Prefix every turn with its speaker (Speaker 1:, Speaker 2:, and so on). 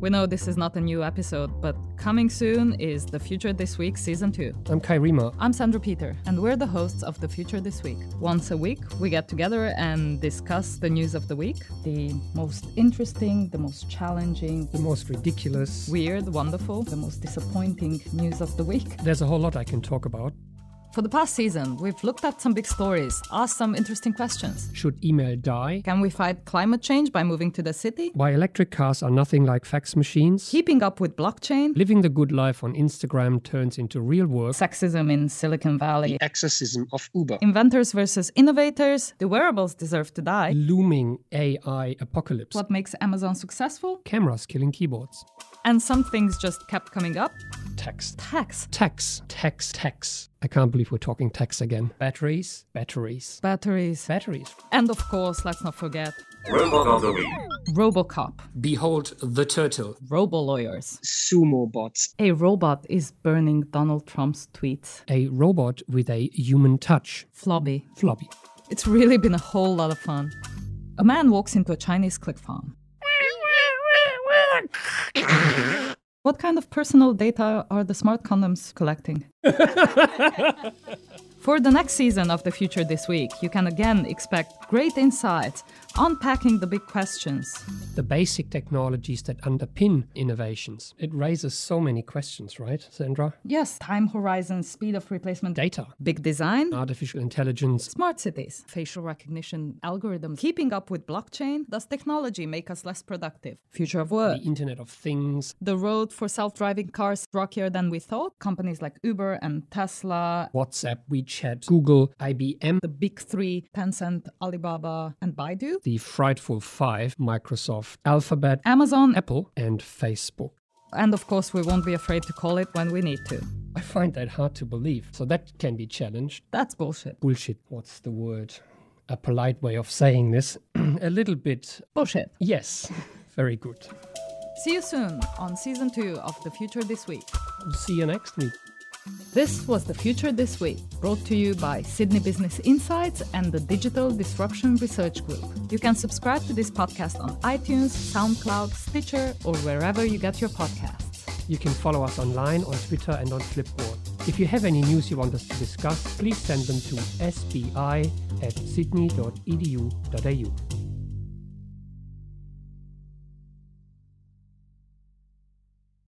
Speaker 1: We know this is not a new episode, but coming soon is The Future This Week Season 2.
Speaker 2: I'm Kai Rima.
Speaker 1: I'm Sandra Peter, and we're the hosts of The Future This Week. Once a week, we get together and discuss the news of the week the most interesting, the most challenging,
Speaker 2: The most ridiculous.
Speaker 1: weird, wonderful, the most disappointing news of the week.
Speaker 2: There's a whole lot I can talk about.
Speaker 1: For the past season, we've looked at some big stories, asked some interesting questions.
Speaker 2: Should email die?
Speaker 1: Can we fight climate change by moving to the city?
Speaker 2: Why electric cars are nothing like fax machines?
Speaker 1: Keeping up with blockchain?
Speaker 2: Living the good life on Instagram turns into real work.
Speaker 1: Sexism in Silicon Valley?
Speaker 3: exorcism of Uber.
Speaker 1: Inventors versus innovators? The wearables deserve to die?
Speaker 2: Looming AI apocalypse.
Speaker 1: What makes Amazon successful?
Speaker 2: Cameras killing keyboards.
Speaker 1: And some things just kept coming up.
Speaker 2: Text.
Speaker 1: Tax.
Speaker 2: Tax. Tax. Tax. I can't believe we're talking tax again. Batteries. Batteries.
Speaker 1: Batteries.
Speaker 2: Batteries.
Speaker 1: And of course, let's not forget
Speaker 4: Robot of the Week.
Speaker 1: Robocop,
Speaker 2: Behold the turtle.
Speaker 1: robo lawyers.
Speaker 3: Sumo bots.
Speaker 1: A robot is burning Donald Trump's tweets.
Speaker 2: A robot with a human touch.
Speaker 1: Flobby.
Speaker 2: Floppy.
Speaker 1: It's really been a whole lot of fun. A man walks into a Chinese click farm. What kind of personal data are the smart condoms collecting? For the next season of The Future This Week, you can again expect great insights, unpacking the big questions.
Speaker 2: the basic technologies that underpin innovations. It raises so many questions, right, Sandra?
Speaker 1: Yes, time horizon, speed of replacement,
Speaker 2: Data,
Speaker 1: big design,
Speaker 2: artificial intelligence,
Speaker 1: smart cities, facial recognition algorithms, keeping up with blockchain. Does technology make us less productive? Future of work.
Speaker 2: the Internet of Things,
Speaker 1: The road for self driving cars rockier than we thought. Companies like Uber and Tesla,
Speaker 2: WhatsApp, WeChat, Google, IBM,
Speaker 1: the big three Tencent, Alibaba, and Baidu,
Speaker 2: the Frightful Five, Microsoft, Alphabet,
Speaker 1: Amazon,
Speaker 2: Apple, and Facebook.
Speaker 1: and of course, we won't be afraid to call it when we need to.
Speaker 2: I find that hard to believe. So that can be challenged.
Speaker 1: That's bullshit.
Speaker 2: Bullshit, what's the word? A polite way of saying this. A little bit,
Speaker 1: Bullshit.
Speaker 2: yes, very good.
Speaker 1: See you soon on season two of The Future This Week.
Speaker 2: See you next week.
Speaker 1: This was The Future This Week, brought to you by Sydney Business Insights and the Digital Disruption Research Group. You can subscribe to this podcast on iTunes, SoundCloud, Stitcher, or wherever you get your podcasts.
Speaker 2: You can follow us online on Twitter and on Flipboard. If you have any news you want us E to discuss, please send them to sbi at sydney.edu.au.